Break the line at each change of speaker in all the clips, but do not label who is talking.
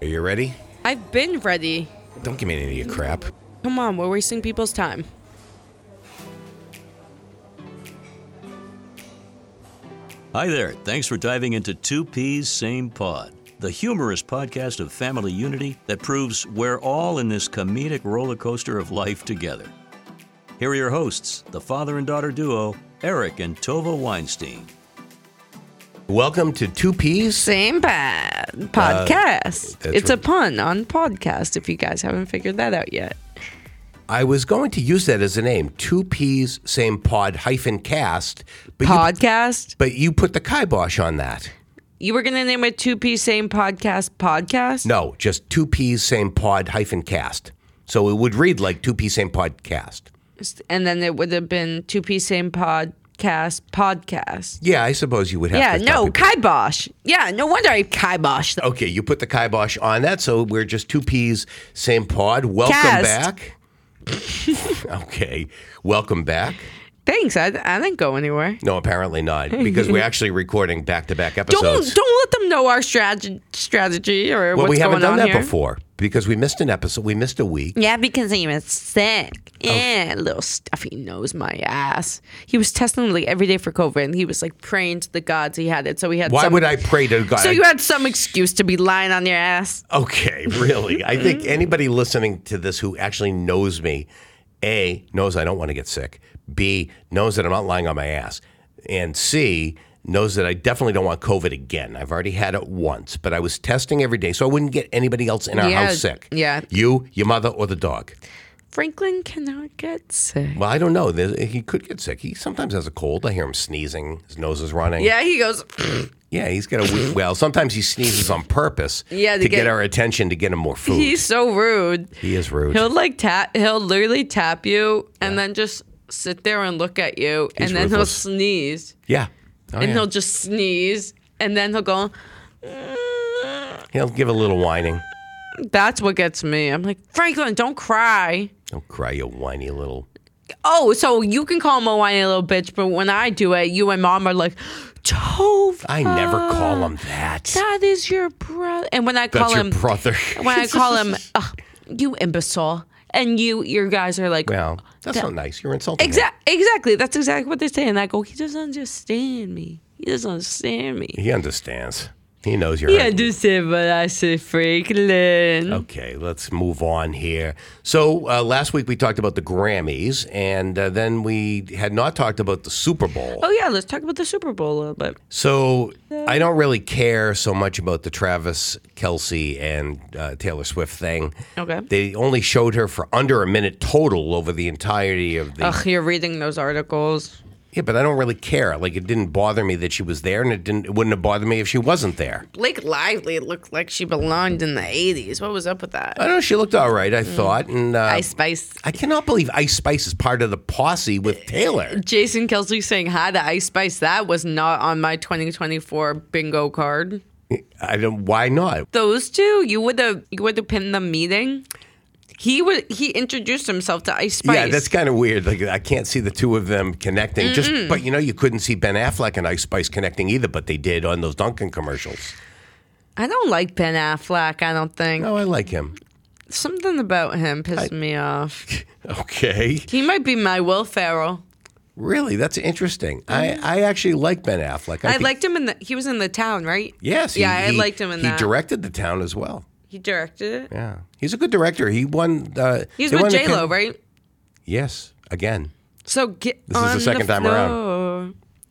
Are you ready?
I've been ready.
Don't give me any of your crap.
Come on, we're wasting people's time.
Hi there. Thanks for diving into Two Peas, Same Pod, the humorous podcast of family unity that proves we're all in this comedic roller coaster of life together. Here are your hosts, the father and daughter duo, Eric and Tova Weinstein.
Welcome to Two Peas.
Same bad podcast.
Uh, that's
it's a
right.
pun on podcast if you guys haven't figured that out yet.
I was going to use that as a name, Two Peas, Same Pod hyphen cast, but you,
Podcast?
but you put the kibosh on that.
You were going to name it 2P Same Podcast Podcast?
No, just Two Peas, Same Pod hyphen cast. So it would read like Two Peas, Same Podcast.
And then it would have been 2P Same Podcast Podcast.
Yeah, I suppose you would have.
Yeah,
to
no,
copy-
kibosh. Yeah, no wonder I kibosh. The
okay, you put the kibosh on that, so we're just Two Peas, Same Pod. Welcome
Cast.
back. okay, welcome back.
Thanks, I, I didn't go anywhere.
No, apparently not, because we're actually recording back-to-back
Don't
episodes.
don't let them know our strategy strategy or
well,
what's
we haven't
going
done
on
that
here.
before because we missed an episode. We missed a week.
Yeah, because he was sick.
Oh.
Yeah, little stuffy nose, my ass. He was testing like every day for COVID, and he was like praying to the gods he had it. So he had.
Why
some,
would I pray to God?
So you had some excuse to be lying on your ass.
okay, really? I think anybody listening to this who actually knows me, A, knows I don't want to get sick, B, knows that I'm not lying on my ass, and C, knows that I definitely don't want COVID again. I've already had it once, but I was testing every day so I wouldn't get anybody else in our
Yeah,
house sick.
yeah.
You, your mother, or the dog.
Franklin cannot get sick.
Well, I don't know. There's, he could get sick. He sometimes has a cold. I hear him sneezing. His nose is running.
Yeah, he goes.
Yeah, he's got a weird. well, sometimes he sneezes on purpose
Yeah,
to,
to
get,
get-
our attention to get him more food.
He's so rude.
he is rude.
He'll like tap. He'll literally tap you, and then just sit there and look at you,
He's
and then
ruthless.
he'll sneeze.
yeah. Oh,
and
yeah.
he'll just sneeze and then he'll go
He'll give a little whining.
that's what gets me i'm like franklin don't cry
Don't cry, you whiny little.
oh so you can call him a whiny little bitch but when i do it you and mom are like tove uh,
I never
Ah,
call him that.
that is your brother and when i call
That's your
him
brother.
when i call him "Ugh, you imbecile and you your guys are like
well, that's not nice. You're insulting. him.
Exac- exactly that's exactly what they say and i go he doesn't understand me he doesn't understand me
He understands. He knows you're.
he
hurting.
understands what i say franklin
Okay, let's move on here. So uh, last week we talked about the Grammys, and uh, then we had not talked about the Super Bowl.
Oh yeah, let's talk about the Super Bowl a little bit.
So I don't really care so much about the Travis Kelsey and uh, Taylor Swift thing.
Okay.
They only showed her for under a minute total over the entirety of the.
Ugh, you're reading those articles.
Yeah, but I don't really care. Like it didn't bother me that she was there, and it didn't. It wouldn't have bothered me if she wasn't there.
Blake Lively looked like she belonged in the '80s. What was up with
I
that?
don't know. She looked all right. I thought, and uh,
Mm. Ice Spice.
I cannot believe Ice Spice is part of the posse with Taylor.
Jason Kelsey saying hi to Ice Spice. That was not on my 2024 bingo card.
I don't. Why not?
Those two, you would have you would have pinned the meeting. He would he introduced himself to Ice Spice.
Yeah, that's kind of weird. Like I can't see the two of them connecting. Just but you know you couldn't see Ben Affleck and Ice Spice connecting either, but they did on those Dunkin' commercials.
I don't like Ben Affleck. I don't think
Oh, I like him.
something about him pissed me off.
Okay,
He might be my Will Ferrell.
really, that's interesting. I, I actually like Ben Affleck.
I
think-
liked him in the. He was in the town, right?
Yes, he-
yeah, I
he-
liked him in
He
that.
directed the town as well.
he directed it.
Yeah, he's a good director. He won. Uh,
He was
they won
with
the
J Lo,
Con-
right?
Yes, again.
So get
is the
on
second time
floor.
around.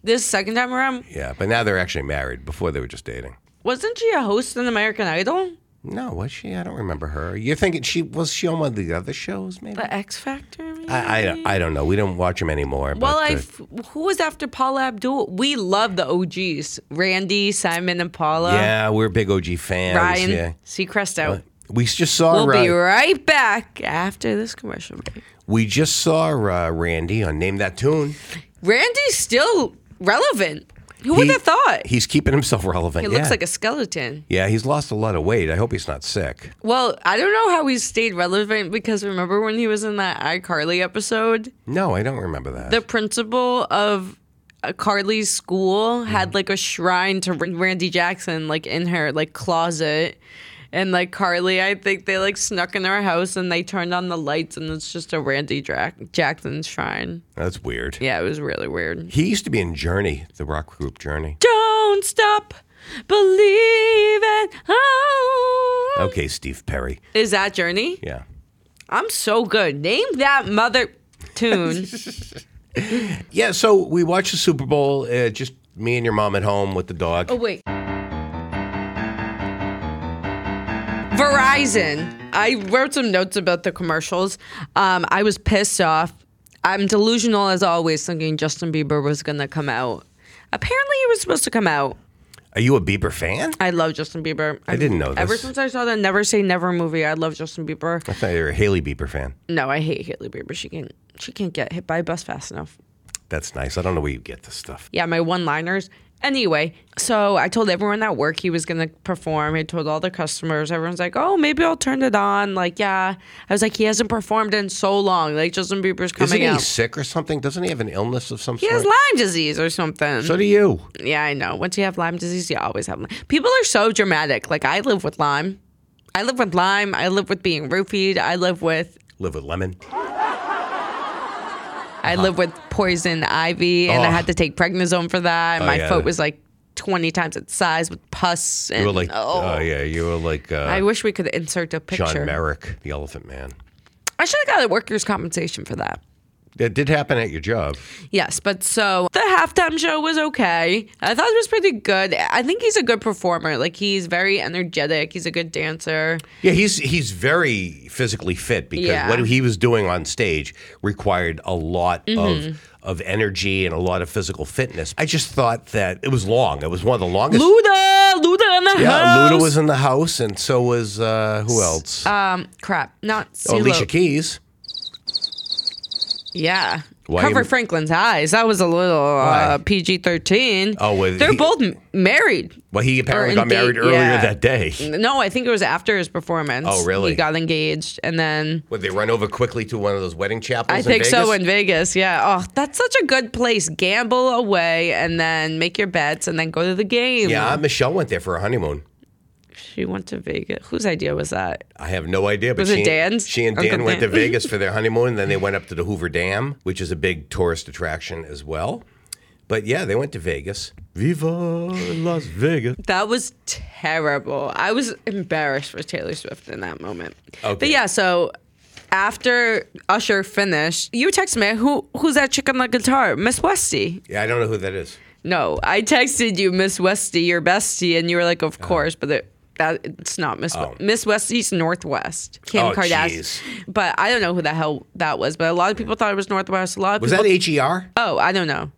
This second time around,
Yeah, but now they're actually married. Before they were just dating.
wasn't she a host on American Idol?
No, was she? I don't remember her. You're thinking she was she on one of the other shows? Maybe.
The X Factor. maybe?
I, I, I don't know. We don't watch him anymore.
well,
but,
I
uh,
f- who was after Paula Abdul? We love the OGs: Randy, Simon, and Paula.
Yeah, we're big OG fans.
uh, Ryan
Yeah.
Seacrest out.
We just saw
We'll
uh,
be right back after this commercial break.
we just saw uh, Randy on Name That Tune.
Randy's still relevant. Who would
He-
have thought? He,
He's keeping himself relevant. yeah.
looks like a skeleton.
Yeah, he's lost a lot of weight. I hope he's not sick.
Well, I don't know how he stayed relevant because remember when he was in that iCarly episode?
No, I don't remember that.
The principal of uh, Carly's school had like a shrine to R- Randy Jackson, like in her like closet. and like Carly, I think they like snuck in our house and they turned on the lights and it's just a Randy Dra- Jackson shrine.
That's weird.
Yeah, it was really weird.
He used to be in Journey, the rock group Journey.
Don't stop believing. Oh.
Okay, Steve Perry.
Is that Journey?
Yeah.
I'm so good. Name that mother tune.
Yeah, so we watched the Super Bowl, uh, just me and your mom at home with the dog.
oh wait. Verizon. I wrote some notes about the commercials. Um, I was pissed off. I'm delusional as always, thinking Justin Bieber was gonna come out. Apparently, he was supposed to come out.
Are you a Bieber fan?
I love Justin Bieber. I
didn't know
Ever
this.
since I saw the Never Say Never movie, I love Justin Bieber.
I thought you were a Haley Bieber fan.
No, I hate Haley Bieber. She can she can't get hit by a bus fast enough.
That's nice. I don't know where you get this stuff.
yeah, my one liners. Anyway, so I told everyone at work he was going to perform. I told all the customers. Everyone's like, oh, maybe I'll turn it on. Like, yeah. I was like, he hasn't performed in so long. Like, Justin Bieber's
Isn't
coming
he
out.
sick or something? Doesn't he have an illness of some
He has
sort?
Lyme disease or something.
so do you.
yeah, I know. Once you have Lyme disease, you always have Lyme. People are so dramatic. Like, I live with Lyme. I live with Lyme. I live with being roofied. I live with.
Live with lemon.
I live with poison ivy, and I
Oh.
had to take prednisone for that.
Oh,
My
yeah.
foot was like twenty times its size with pus. And,
You were like,
oh,
oh, yeah, you were like
I
uh,
wish we could insert a
John
picture.
Merrick, the Elephant Man.
I should have got workers' compensation for that.
That did happen at your job.
Yes, but so the halftime show was okay. I thought it was pretty good. I think he's a good performer. Like he's very energetic. He's a good dancer.
Yeah, he's he's very physically fit because
Yeah.
what he was doing on stage required a lot of
Mm-hmm.
of energy and a lot of physical fitness. I just thought that it was long. It was one of the longest.
Luda, Luda in the
Yeah,
house.
Luda was in the house, and so was uh, who else?
Um, crap, not
oh,
CeeLo.
Alicia Keys.
Yeah.
Why
Cover
am-
Franklin's eyes. That was a little uh,
Why?
PG thirteen.
Oh, well,
they're
he-
both m- married.
Well, he apparently got
indeed,
married earlier
yeah.
that day.
No, I think it was after his performance.
Oh, really?
He got engaged, and then
Would they run over quickly to one of those wedding chapels?
I
in
think so
Vegas?
in Vegas. Yeah. Oh, that's such a good place. Gamble away and then make your bets and then go to the game.
yeah, Michelle went there for a honeymoon.
She went to Vegas. Whose idea was that?
I have no idea. But
Was it
she,
Dan's?
She and
Uncle
Dan went to
Dan?
Vegas for their honeymoon, and then they went up to the Hoover Dam, which is a big tourist attraction as well. But yeah, they went to Vegas. Viva Las Vegas.
That was terrible. I was embarrassed for Taylor Swift in that moment.
Okay.
But yeah, so after Usher finished, you text me, who who's that chick on the guitar? Miss Westy.
Yeah, I don't know who that is.
No, I texted you Miss Westy, your bestie, and you were like, "Of course," but it, that it's not Miss
Oh.
Miss Westy's Northwest Kim
Oh,
Kardashian.
jeez.
But I don't know who the hell that was. But a lot of people thought it was Northwest. A lot of
Was
people.
that E H.E.R.?
Oh, I don't know.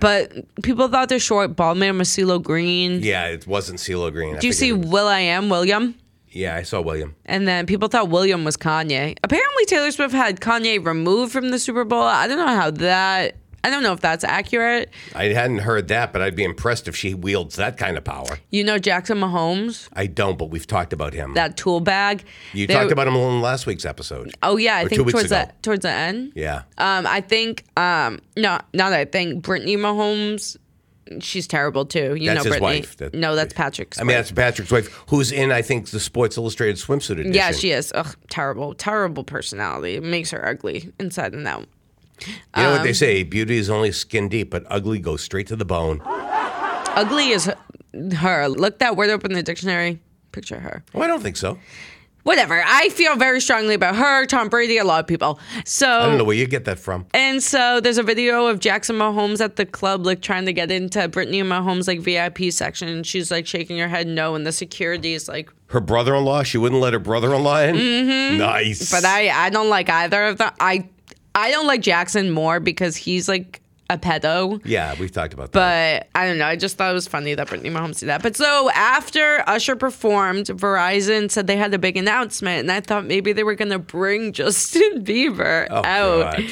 But people thought the short bald man was CeeLo Green.
Yeah, it wasn't CeeLo Green. I
Do you
forget
see
who-
Will I Am William?
Yeah, I saw William.
And then people thought William was Kanye. Apparently, Taylor Swift had Kanye removed from the Super Bowl. I don't know how that. I don't know if that's accurate.
I hadn't heard that, but I'd be impressed if she wields that kind of power.
You know Jackson Mahomes,
I don't, but we've talked about him.
that tool bag.
you
There-
talked about him in last week's episode.
Oh yeah, I
Or
think
two weeks
towards
ago.
the towards the end.
Yeah.
Um, I think um, no, not I think Brittany Mahomes, she's terrible too. You
That's
know
his
Brittany.
wife. That-
no, that's Patrick's.
I mean, that's Patrick's wife, who's in, I think, the Sports Illustrated swimsuit edition.
yeah, she is. Ugh, terrible, terrible personality. It makes her ugly inside and out.
You know what
um,
they say: beauty is only skin deep, but ugly goes straight to the bone. Oh,
Ugly is her. Look that word up in the dictionary. Picture her.
Well, I don't think so.
Whatever. I feel very strongly about her, Tom Brady, a lot of people. So
I don't know where you get that from.
And so there's a video of Jackson Mahomes at the club, like trying to get into Brittany Mahomes' like VIP section. And she's like shaking her head no, and the security is like,
Her brother-in-law, she wouldn't let her brother-in-law in. Mm-hmm. Nice,
but I I don't like either of them. I I don't like Jackson more because he's like a pedo.
yeah, we've talked about that.
But I don't know. I just thought it was funny that Brittany Mahomes did that. But so after Usher performed, Verizon said they had a big announcement, and I thought maybe they were gonna bring Justin Bieber
Oh,
out.
God.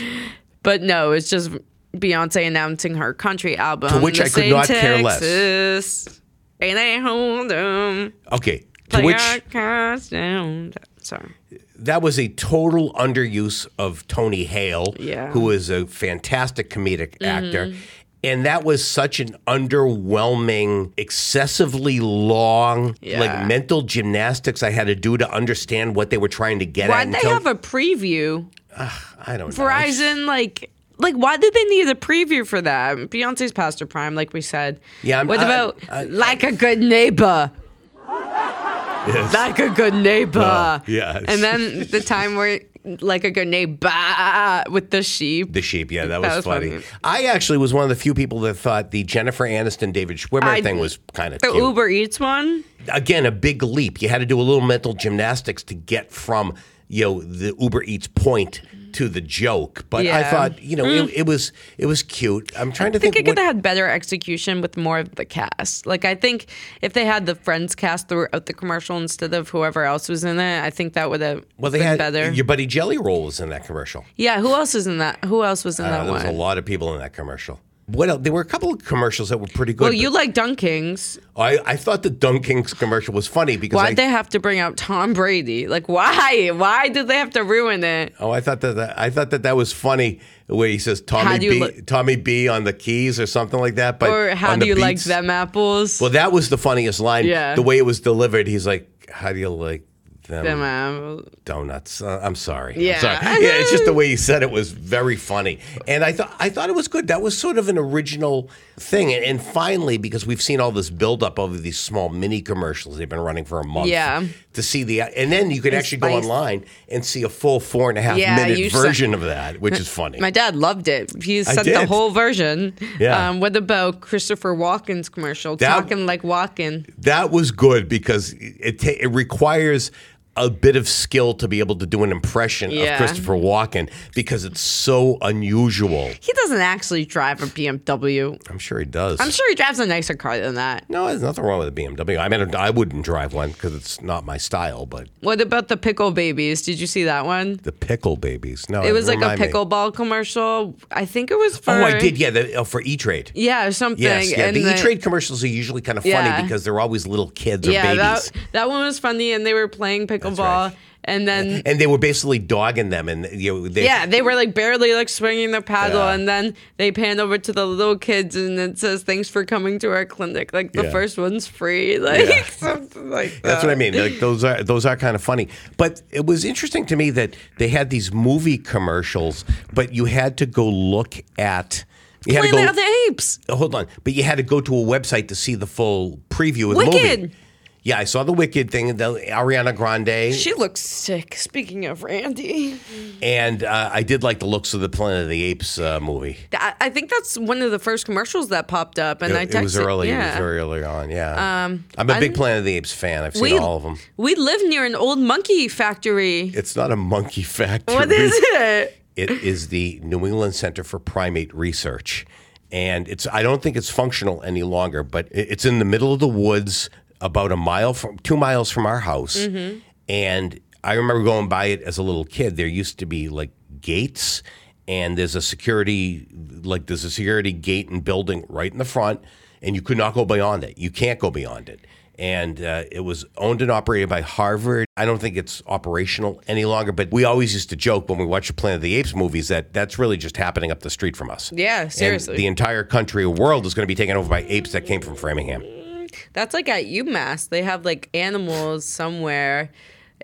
But no, it's just Beyonce announcing her country album.
To which I could not care less.
less. And I hold 'em,
Okay, to
like
which
I cast down. Sorry.
that was a total underuse of Tony Hale,
Yeah. Mm-hmm.
who is a fantastic comedic actor. And that was such an underwhelming, excessively long,
Yeah.
like mental gymnastics I had to do to understand what they were trying to get at.
Why'd they
until-
have a preview?
I don't know. It's-
Verizon, like, like why did they need a preview for that? Beyonce's Pastor Prime, like we said.
Yeah, I'm-
what
I-
about
I-
like a good neighbor?
Yes. Ah,
Like a good neighbor.
yes.
And then the time where like a good neighbor with the sheep.
The sheep, yeah, that,
That
was,
was
funny.
funny.
I actually was one of the few people that thought the Jennifer Aniston David Schwimmer
I-
thing was kind of
the
cute.
Uber Eats one.
Again, a big leap. You had to do a little mental gymnastics to get from you know the Uber Eats point to the joke. But I
Yeah.
thought you know it, it was it was cute. I'm trying to
I think
think.
it could
what-
have had better execution with more of the cast. Like I think if they had the Friends cast throughout the commercial instead of whoever else was in it, I think that would have
well, they
been
had
better.
your buddy Jelly Roll was in that commercial.
yeah, who else is in that? Who else was in
Uh,
that
there was
one?
a lot of people in that commercial. What else? There were a couple of commercials that were pretty good.
well,
but
you like Dunkings.
I, I thought the Dunkings commercial was funny because
Why'd
I,
they have to bring out Tom Brady? Like why? Why did they have to ruin it?
Oh, I thought that, that I thought that that was funny where he says Tommy
How do you
B,
look-
Tommy B on the keys or something like that. But
Or how
on
do
the
you like
beats-
them apples?
Well, that was the funniest line.
Yeah.
The way it was delivered, he's like, "How do you like them,
them apples.
donuts?" Uh, I'm sorry. I'm
Yeah.
sorry. Yeah, it's just the way he said it was very funny, and I thought I thought it was good. That was sort of an original thing, and, and finally, because we've seen all this buildup of these small mini commercials they've been running for a month.
Yeah.
To see the and then you could actually go
spice.
online and see a full four and a half
Yeah, you
minute
saw-
version of that, which is funny.
My dad loved it. He sent the
did.
whole version.
Yeah.
Um, what about Christopher Walken's commercial?
That-
Talking like Walken.
that was good because it ta- it requires a bit of skill to be able to do an impression
Yeah.
of Christopher Walken because it's so unusual.
He doesn't actually drive a BMW.
I'm sure he does.
I'm sure he drives a nicer car than that.
no, there's nothing wrong with a BMW. I mean, I wouldn't drive one because it's not my style. But
What about the pickle babies? Did you see that one?
the pickle babies, no,
It was like a
remind me.
pickleball commercial. I think it was for.
Oh, I did. Yeah, the, oh, for E Trade.
Yeah, or something.
Yes, yeah.
and
the
then-
E Trade commercials are usually kind of
Yeah.
funny because they're always little kids or
Yeah,
babies.
that, that one was funny, and they were playing pickleball,
right.
and then
and they were basically dogging them, and you know, they,
Yeah, they were like barely like swinging their paddle,
Yeah.
and then they pan over to the little kids, and it says, "Thanks for coming to our clinic." Like the
Yeah.
first one's free, like
Yeah.
something like that.
That's what I mean. Like those are those are kind of funny. But it was interesting to me that they had these movie commercials, but you had to go look at you had to
Planet of
go
the Apes.
hold on, but you had to go to a website to see the full preview of the
Wicked.
movie. Yeah, I saw the Wicked thing, the Ariana Grande,
She looks sick. Speaking of Randy,
and uh, I did like the looks of the Planet of the Apes uh, movie.
I, I think that's one of the first commercials that popped up, and
It,
I
it
texted.
was early.
Yeah. Um,
It was very early on. Yeah, I'm a big Planet of the Apes fan. I've seen
we,
all of them.
we live near an old monkey factory.
It's not a monkey factory.
What is it?
It is the New England Center for Primate Research, and it's I don't think it's functional any longer, but i- it's in the middle of the woods, about a mile from two miles from our house, and I remember going by it as a little kid. There used to be like gates, and there's a security like there's a security gate and building right in the front, and you could not go beyond it. You can't go beyond it. And uh, it was owned and operated by Harvard. I don't think it's operational any longer, but we always used to joke when we watched the Planet of the Apes movies that that's really just happening up the street from us.
Yeah,
And
seriously.
the entire country or world is going to be taken over by apes that came from Framingham.
That's like at UMass. They have like animals somewhere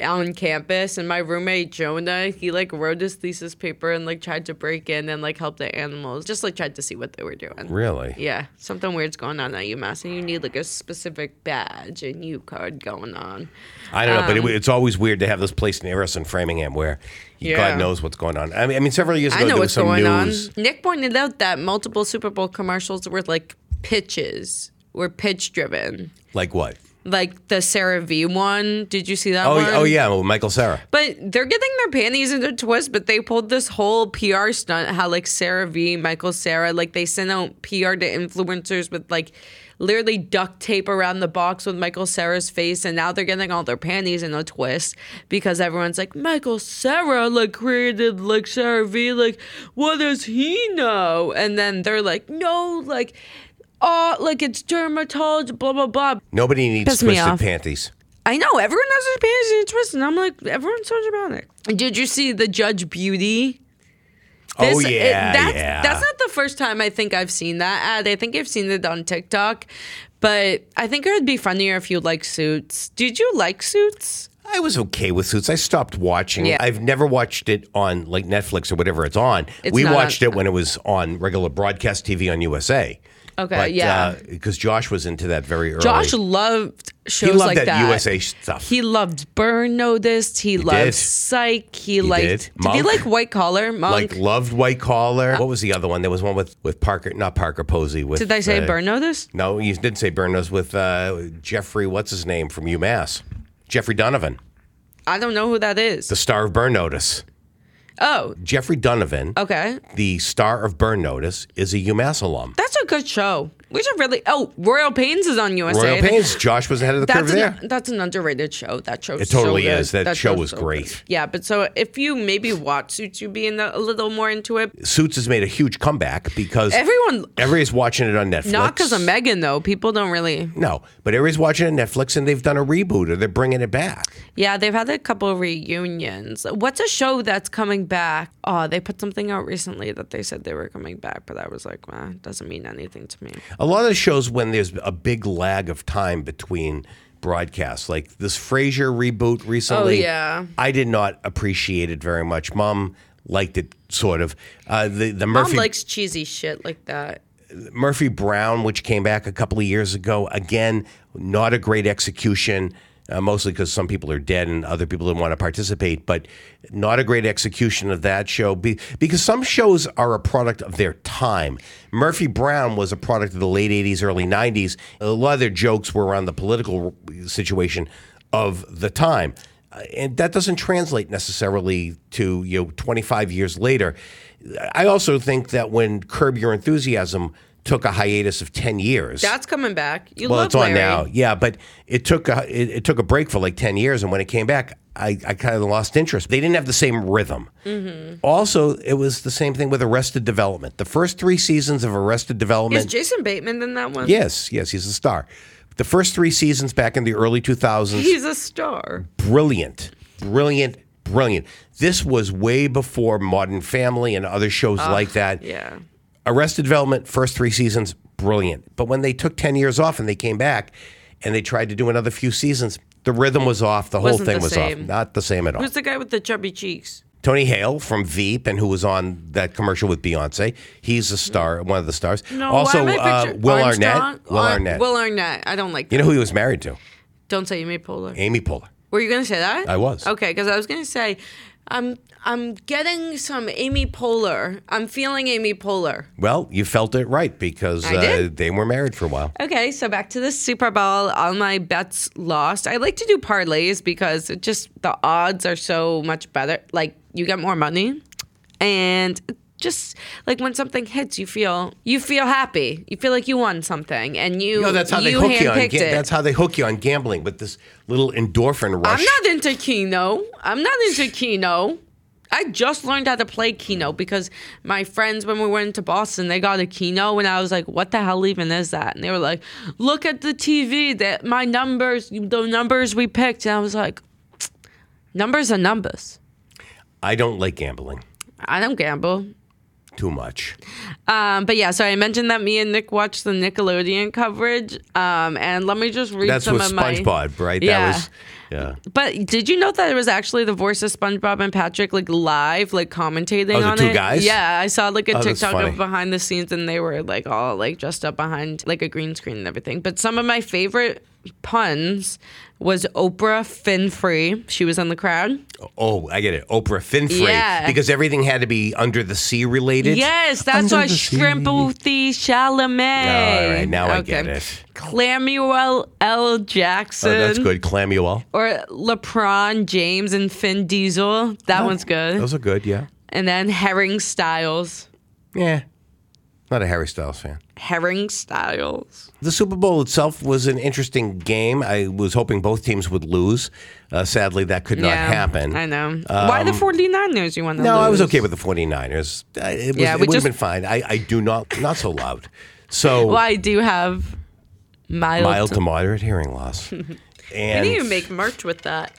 on campus. And my roommate Jonah, he like wrote his thesis paper and like tried to break in and like help the animals. Just like tried to see what they were doing.
Really?
Yeah, something weird's going on at UMass, and you need like a specific badge and U card going on.
I don't know, but it,
Um,
w- it's always weird to have this place near us in Framingham where
Yeah.
God knows what's going on. I mean, I mean several years ago,
I know
there
what's
was some
going
news.
on. Nick pointed out that multiple Super Bowl commercials were like pitches, were pitch driven.
Like what?
Like the Sarah V one. Did you see that
Oh,
one?
y- oh yeah, well, Michael Sarah.
But they're getting their panties into twist, but they pulled this whole PR stunt how like Sarah V, Michael Sarah, like they sent out PR to influencers with like literally duct tape around the box with Michael Sarah's face and now they're getting all their panties in a twist because everyone's like Michael Sarah like created like Sarah V like what does he know? And then they're like, No, like oh like it's dermatology, blah blah blah.
Nobody needs
Piss me
twisted
off.
panties.
I know everyone has their panties in a twist, and I'm like, everyone's so dramatic. Did you see the Judge Beauty?
Oh, yeah,
that's,
yeah.
That's not the first time I think I've seen that ad. I think I've seen it on TikTok, but I think it would be funnier if you like suits. Did you like suits?
I was okay with Suits. I stopped watching.
Yeah.
I've never watched it on like Netflix or whatever it's on.
It's
we
not
watched
on-
it when it was on regular broadcast TV on USA.
Okay, yeah.
Because uh, Josh was into that very early.
Josh loved shows
loved
like
that
that,
USA stuff.
He loved Burn Notice. He, loved
did.
Psych. He, liked.
did.
Did, he
Monk.
like White Collar? Monk.
like loved White Collar. What was the other one? There was one with with Parker, not Parker Posey. With
Did I say
uh,
Burn Notice?
No, you didn't say Burn. It was with uh, Jeffrey. What's his name from UMass? Jeffrey Donovan,
I don't know who that is.
the star of Burn Notice.
oh,
Jeffrey Donovan,
okay.
the star of Burn Notice, is a UMass alum.
That's a good show. We should really. Oh, Royal Pains is on USA.
Royal Pains. Josh was ahead of the curve
That's
there.
an, that's an underrated show. That show
It totally
so good.
is. That show
show's
was
so
great.
good. Yeah, but so if you maybe watch Suits, you'd be in the, a little more into it.
Suits has made a huge comeback because
Everyone,
everybody's watching it on Netflix.
not because of Megan though. People don't really.
No, but everybody's watching it on Netflix, and they've done a reboot or they're bringing it back.
Yeah, they've had a couple of reunions. What's a show that's coming back? Oh, they put something out recently that they said they were coming back, but I was like, well, it doesn't mean anything to me.
A lot of the shows when there's a big lag of time between broadcasts, like this Frasier reboot recently.
Oh, yeah.
I did not appreciate it very much. Mom liked it sort of. Uh, the the Murphy
Mom likes cheesy shit like that.
Murphy Brown, which came back a couple of years ago, again, not a great execution. Uh, mostly because some people are dead and other people didn't want to participate, but not a great execution of that show be, because some shows are a product of their time. Murphy Brown was a product of the late 80s, early 90s. A lot of their jokes were on the political situation of the time. Uh, and that doesn't translate necessarily to you know 25 years later. I also think that when Curb Your Enthusiasm took a hiatus of 10 years,
That's coming back. You
well,
love
it's on
Larry.
now, yeah, but it took a, it, it took a break for like 10 years, and when it came back, I, I kind of lost interest. They didn't have the same rhythm.
Mm-hmm.
Also, it was the same thing with Arrested Development. The first three seasons of Arrested Development
Is Jason Bateman in that one?
Yes, yes, he's a star. The first three seasons back in the early 2000s,
He's a star.
brilliant, brilliant, brilliant. This was way before Modern Family and other shows like that.
Ah, Yeah.
Arrested Development, first three seasons, brilliant. But when they took 10 years off and they came back and they tried to do another few seasons, the rhythm was off. The whole
Wasn't
thing
the
was off.
same.
Not the same at all.
Who's the guy with the chubby cheeks?
Tony Hale from Veep and who was on that commercial with Beyonce. He's a star, one of the stars.
Mm. No,
also,
why am I
uh,
picture-
Will
Armstrong?
Arnett. Will
Ar-
Arnett.
Will Arnett. I don't like.
you know who he was married to?
Don't say Amy Poehler.
Amy Poehler.
Were you gonna say that?
I was.
Okay, because I was gonna say, I'm I'm getting some Amy Poehler. I'm feeling Amy Poehler.
Well, you felt it right because
I
uh,
did.
they were married for a while.
Okay, so back to the Super Bowl. All my bets lost. I like to do parlays because it just the odds are so much better. Like you get more money, and just like when something hits, you feel you feel happy. You feel like you won something, and you
No, that's how they
you
hook you on.
handpicked
ga-
it.
That's how they hook you on gambling with this little endorphin rush.
I'm not into Keno. I'm not into Keno. I just learned how to play Keno because my friends, when we went to Boston, they got a Keno, and I was like, "What the hell even is that?" And they were like, "Look at the TV. That my numbers, the numbers we picked." And I was like, "Numbers are numbers.
I don't like gambling
I don't gamble."
too much.
Um, but yeah, so I mentioned that me and Nick watched the Nickelodeon coverage, um, and let me just read
That's
some
with
of my.
SpongeBob, right?
Yeah.
That was yeah.
But did you know that it was actually the voice of SpongeBob and Patrick like live, like commentating
Oh, the
on
two
it?
guys?
Yeah, I saw like a
Oh, that's
TikTok
funny.
of behind the scenes, and they were like all like dressed up behind like a green screen and everything. But some of my favorite puns was Oprah Winfrey. She was in the crowd.
Oh, I get it. Oprah Winfrey.
Yeah.
Because everything had to be under the sea related.
yes, that's
Under
why
the sea. Oh,
Shrimputhy Chalamet.
All right, now I get it.
Clamuel L. Jackson.
Oh, that's good. Clamuel.
Or LeBron James and Finn Diesel. That one's good.
Those are good. Yeah.
And then Herring Styles.
Yeah. Not a Harry Styles fan.
Herring Styles.
The Super Bowl itself was an interesting game. I was hoping both teams would lose. Uh, sadly, that could not happen. Um,
I know. Why the 49ers you want to
No,
lose?
I was okay with the 49ers. I- It, was,
Yeah,
it
we
would have
just-
been fine. I, I do not, not so loud. So
Well, I do have mild.
mild to moderate hearing loss. And
I need to make merch with that.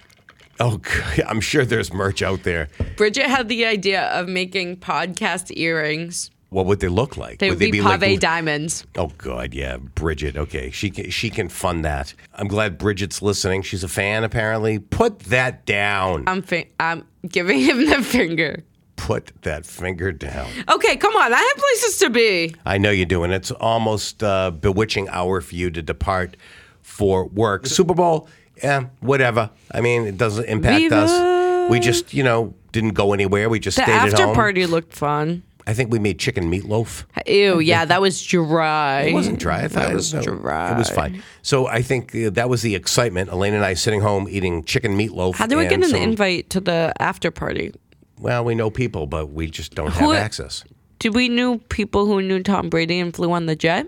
Oh, God, I'm sure there's merch out there.
Bridget had the idea of making podcast earrings.
What would they look like?
They would be, pave
like,
diamonds.
Oh God, yeah, Bridget. Okay, she can, she can fund that. I'm glad Bridget's listening. She's a fan, apparently. Put that down.
I'm fi- I'm giving him the finger.
Put that finger down.
Okay, come on. I have places to be.
I know you do, and it's almost uh, bewitching hour for you to depart for work. Super Bowl, eh, whatever. I mean, it doesn't impact
Viva.
us. We just, you know, didn't go anywhere. We just
The
stayed at
after
home.
party looked fun.
I think we made chicken meatloaf.
Ew, yeah, that was dry.
It wasn't dry. I thought it was
dry.
It was fine. So I think uh, that was the excitement. Elaine and I sitting home eating chicken meatloaf.
How do I get
and
an
some-
invite to the after party?
Well, we know people, but we just don't
Who-
have access.
Do we knew people who knew Tom Brady and flew on the jet?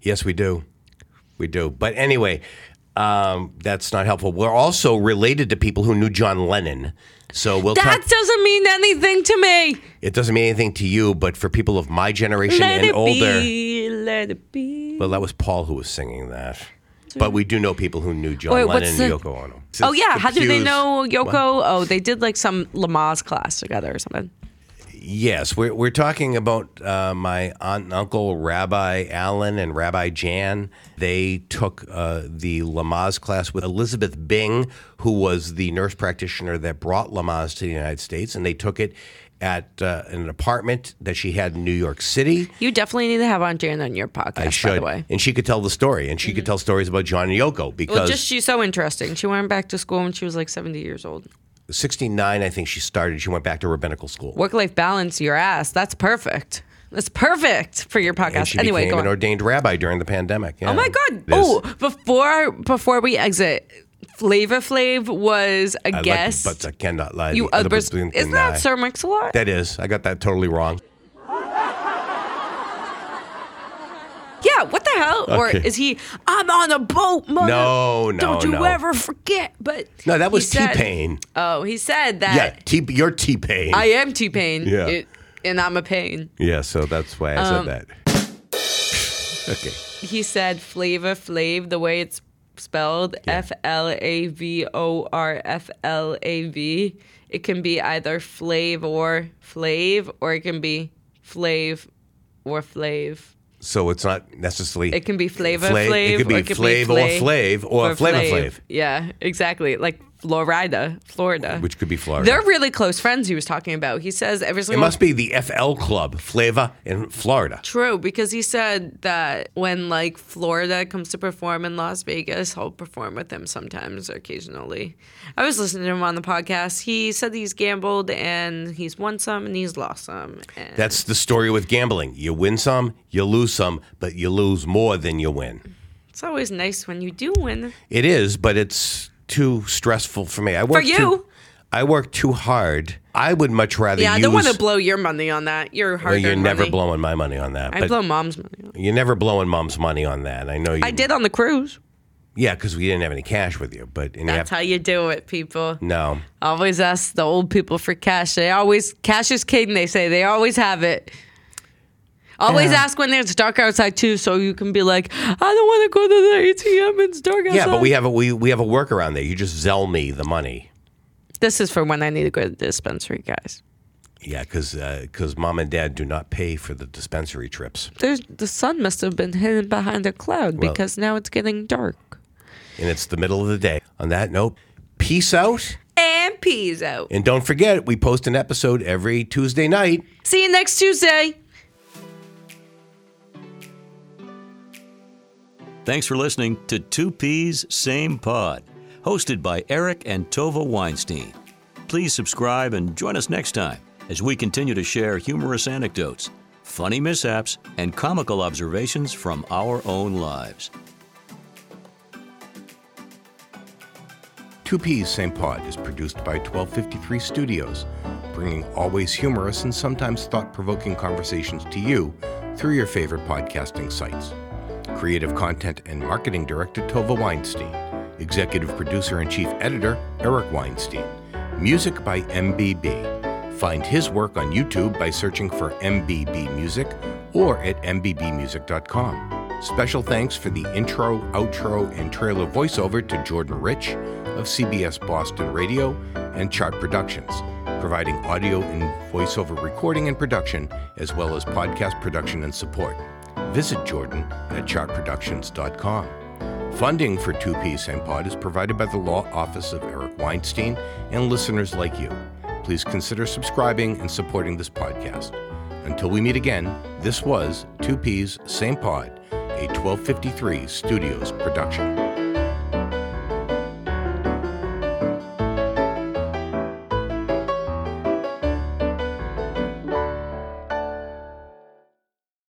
Yes, we do. We do. But anyway, um, that's not helpful. We're also related to people who knew John Lennon. So we'll
That
talk.
doesn't mean anything to me.
It doesn't mean anything to you, but for people of my generation
Let
and
it
older.
be. Let it be.
Well, that was Paul who was singing that. But we do know people who knew John
Wait,
Lennon
what's
and
the-
Yoko Ono.
oh yeah,
The
how do they
Q's-
know Yoko? Oh, they did like some Lamaze class together or something.
Yes, we're, we're talking about uh, my aunt and uncle, Rabbi Allen and Rabbi Jan. They took uh, the Lamaze class with Elizabeth Bing, who was the nurse practitioner that brought Lamaze to the United States, and they took it at uh, an apartment that she had in New York City.
You definitely need to have Aunt Jan on your podcast.
I
By
should,
the way, Mm-hmm.
and she could tell the story, and she could tell stories about John and Yoko because
well, just she's so interesting. She went back to school when she was like seventy years old.
69, I think she started. She went back to rabbinical school.
Work life balance, your ass. That's perfect. That's perfect for your
And
podcast.
she
Anyway,
became
go
an
on.
ordained rabbi during the pandemic.
Oh my god! Oh, before before we exit, Flavor Flav was a
I
guest.
Like, the butts, I cannot lie.
you
The other
uh, bers-
between-
isn't that
nah.
Sir Mix-a-Lot?
That is. I got that totally wrong.
yeah. What the hell? Or
Okay.
is he? I'm on a boat, mother.
No, no,
Don't you
no.
ever forget? But
No, that
he
was T
said-
Pain.
Oh, he said that
Yeah, T. You're T Pain.
I am T Pain.
Yeah.
and I'm a pain.
Yeah, so that's why I
Um,
said that. okay.
He said Flavor Flav the way it's spelled F L A V O R F L A V. It can be either Flav or Flav, or it can be Flav or Flav.
So it's not necessarily.
It can be Flavor
Fla-
Flav.
It could be Flav or Flav or Flavor Flav,
Yeah, exactly. Like Florida, Florida.
which could be Florida.
They're really close friends. He was talking about. He says every
it
single
must be the FL Club, Flava in Florida.
True, because he said that when like Florida comes to perform in Las Vegas, he'll perform with him sometimes or occasionally. I was listening to him on the podcast. He said he's gambled and he's won some and he's lost some. And
That's the story with gambling. You win some, you lose some, but you lose more than you win.
it's always nice when you do win.
It is, but it's too stressful for me. I work
you.
Too, I work too hard. I would much rather.
Yeah, I
use,
don't want to blow your money on that. You're
Well,
hard.
you're never blowing my money on that.
I
but
blow mom's money. On.
You're never blowing mom's money on that. I know you.
I did on the cruise.
Yeah, because we didn't have any cash with you, but and you
That's
have-
how you do it, people.
no.
Always ask the old people for cash. They always cash is king. They say they always have it. Always ask when it's dark outside too, so you can be like, I don't want to go to the ATM. It's dark outside.
Yeah, but we have a we, we have a workaround there. You just Zell me the money.
This is for when I need to go to the dispensary, guys.
Yeah, because mom and dad do not pay for the dispensary trips,
There's the sun must have been hidden behind a cloud
Well-
because now it's getting dark.
and it's the middle of the day. On that note, peace out,
And peas out.
and don't forget we post an episode every Tuesday night.
See you next Tuesday.
Thanks for listening to Two Peas Same Pod, hosted by Eric and Tova Weinstein. Please subscribe and join us next time as we continue to share humorous anecdotes, funny mishaps, and comical observations from our own lives.
Two Peas Same Pod is produced by 1253 Studios, bringing always humorous and sometimes thought provoking conversations to you through your favorite podcasting sites. Creative content and marketing director Tova Weinstein, executive producer and chief editor Eric Weinstein, music by MBB. Find his work on YouTube by searching for MBB Music or at MBBmusic.com. Special thanks for the intro, outro, and trailer voiceover to Jordan Rich of CBS Boston Radio and Chart Productions, providing audio and voiceover recording and production, as well as podcast production and support. Visit Jordan at chartproductions.com. Funding for 2P St. Pod is provided by the Law Office of Eric Weinstein and listeners like you. Please consider subscribing and supporting this podcast. Until we meet again, this was 2P's St. Pod, a 1253 Studios production.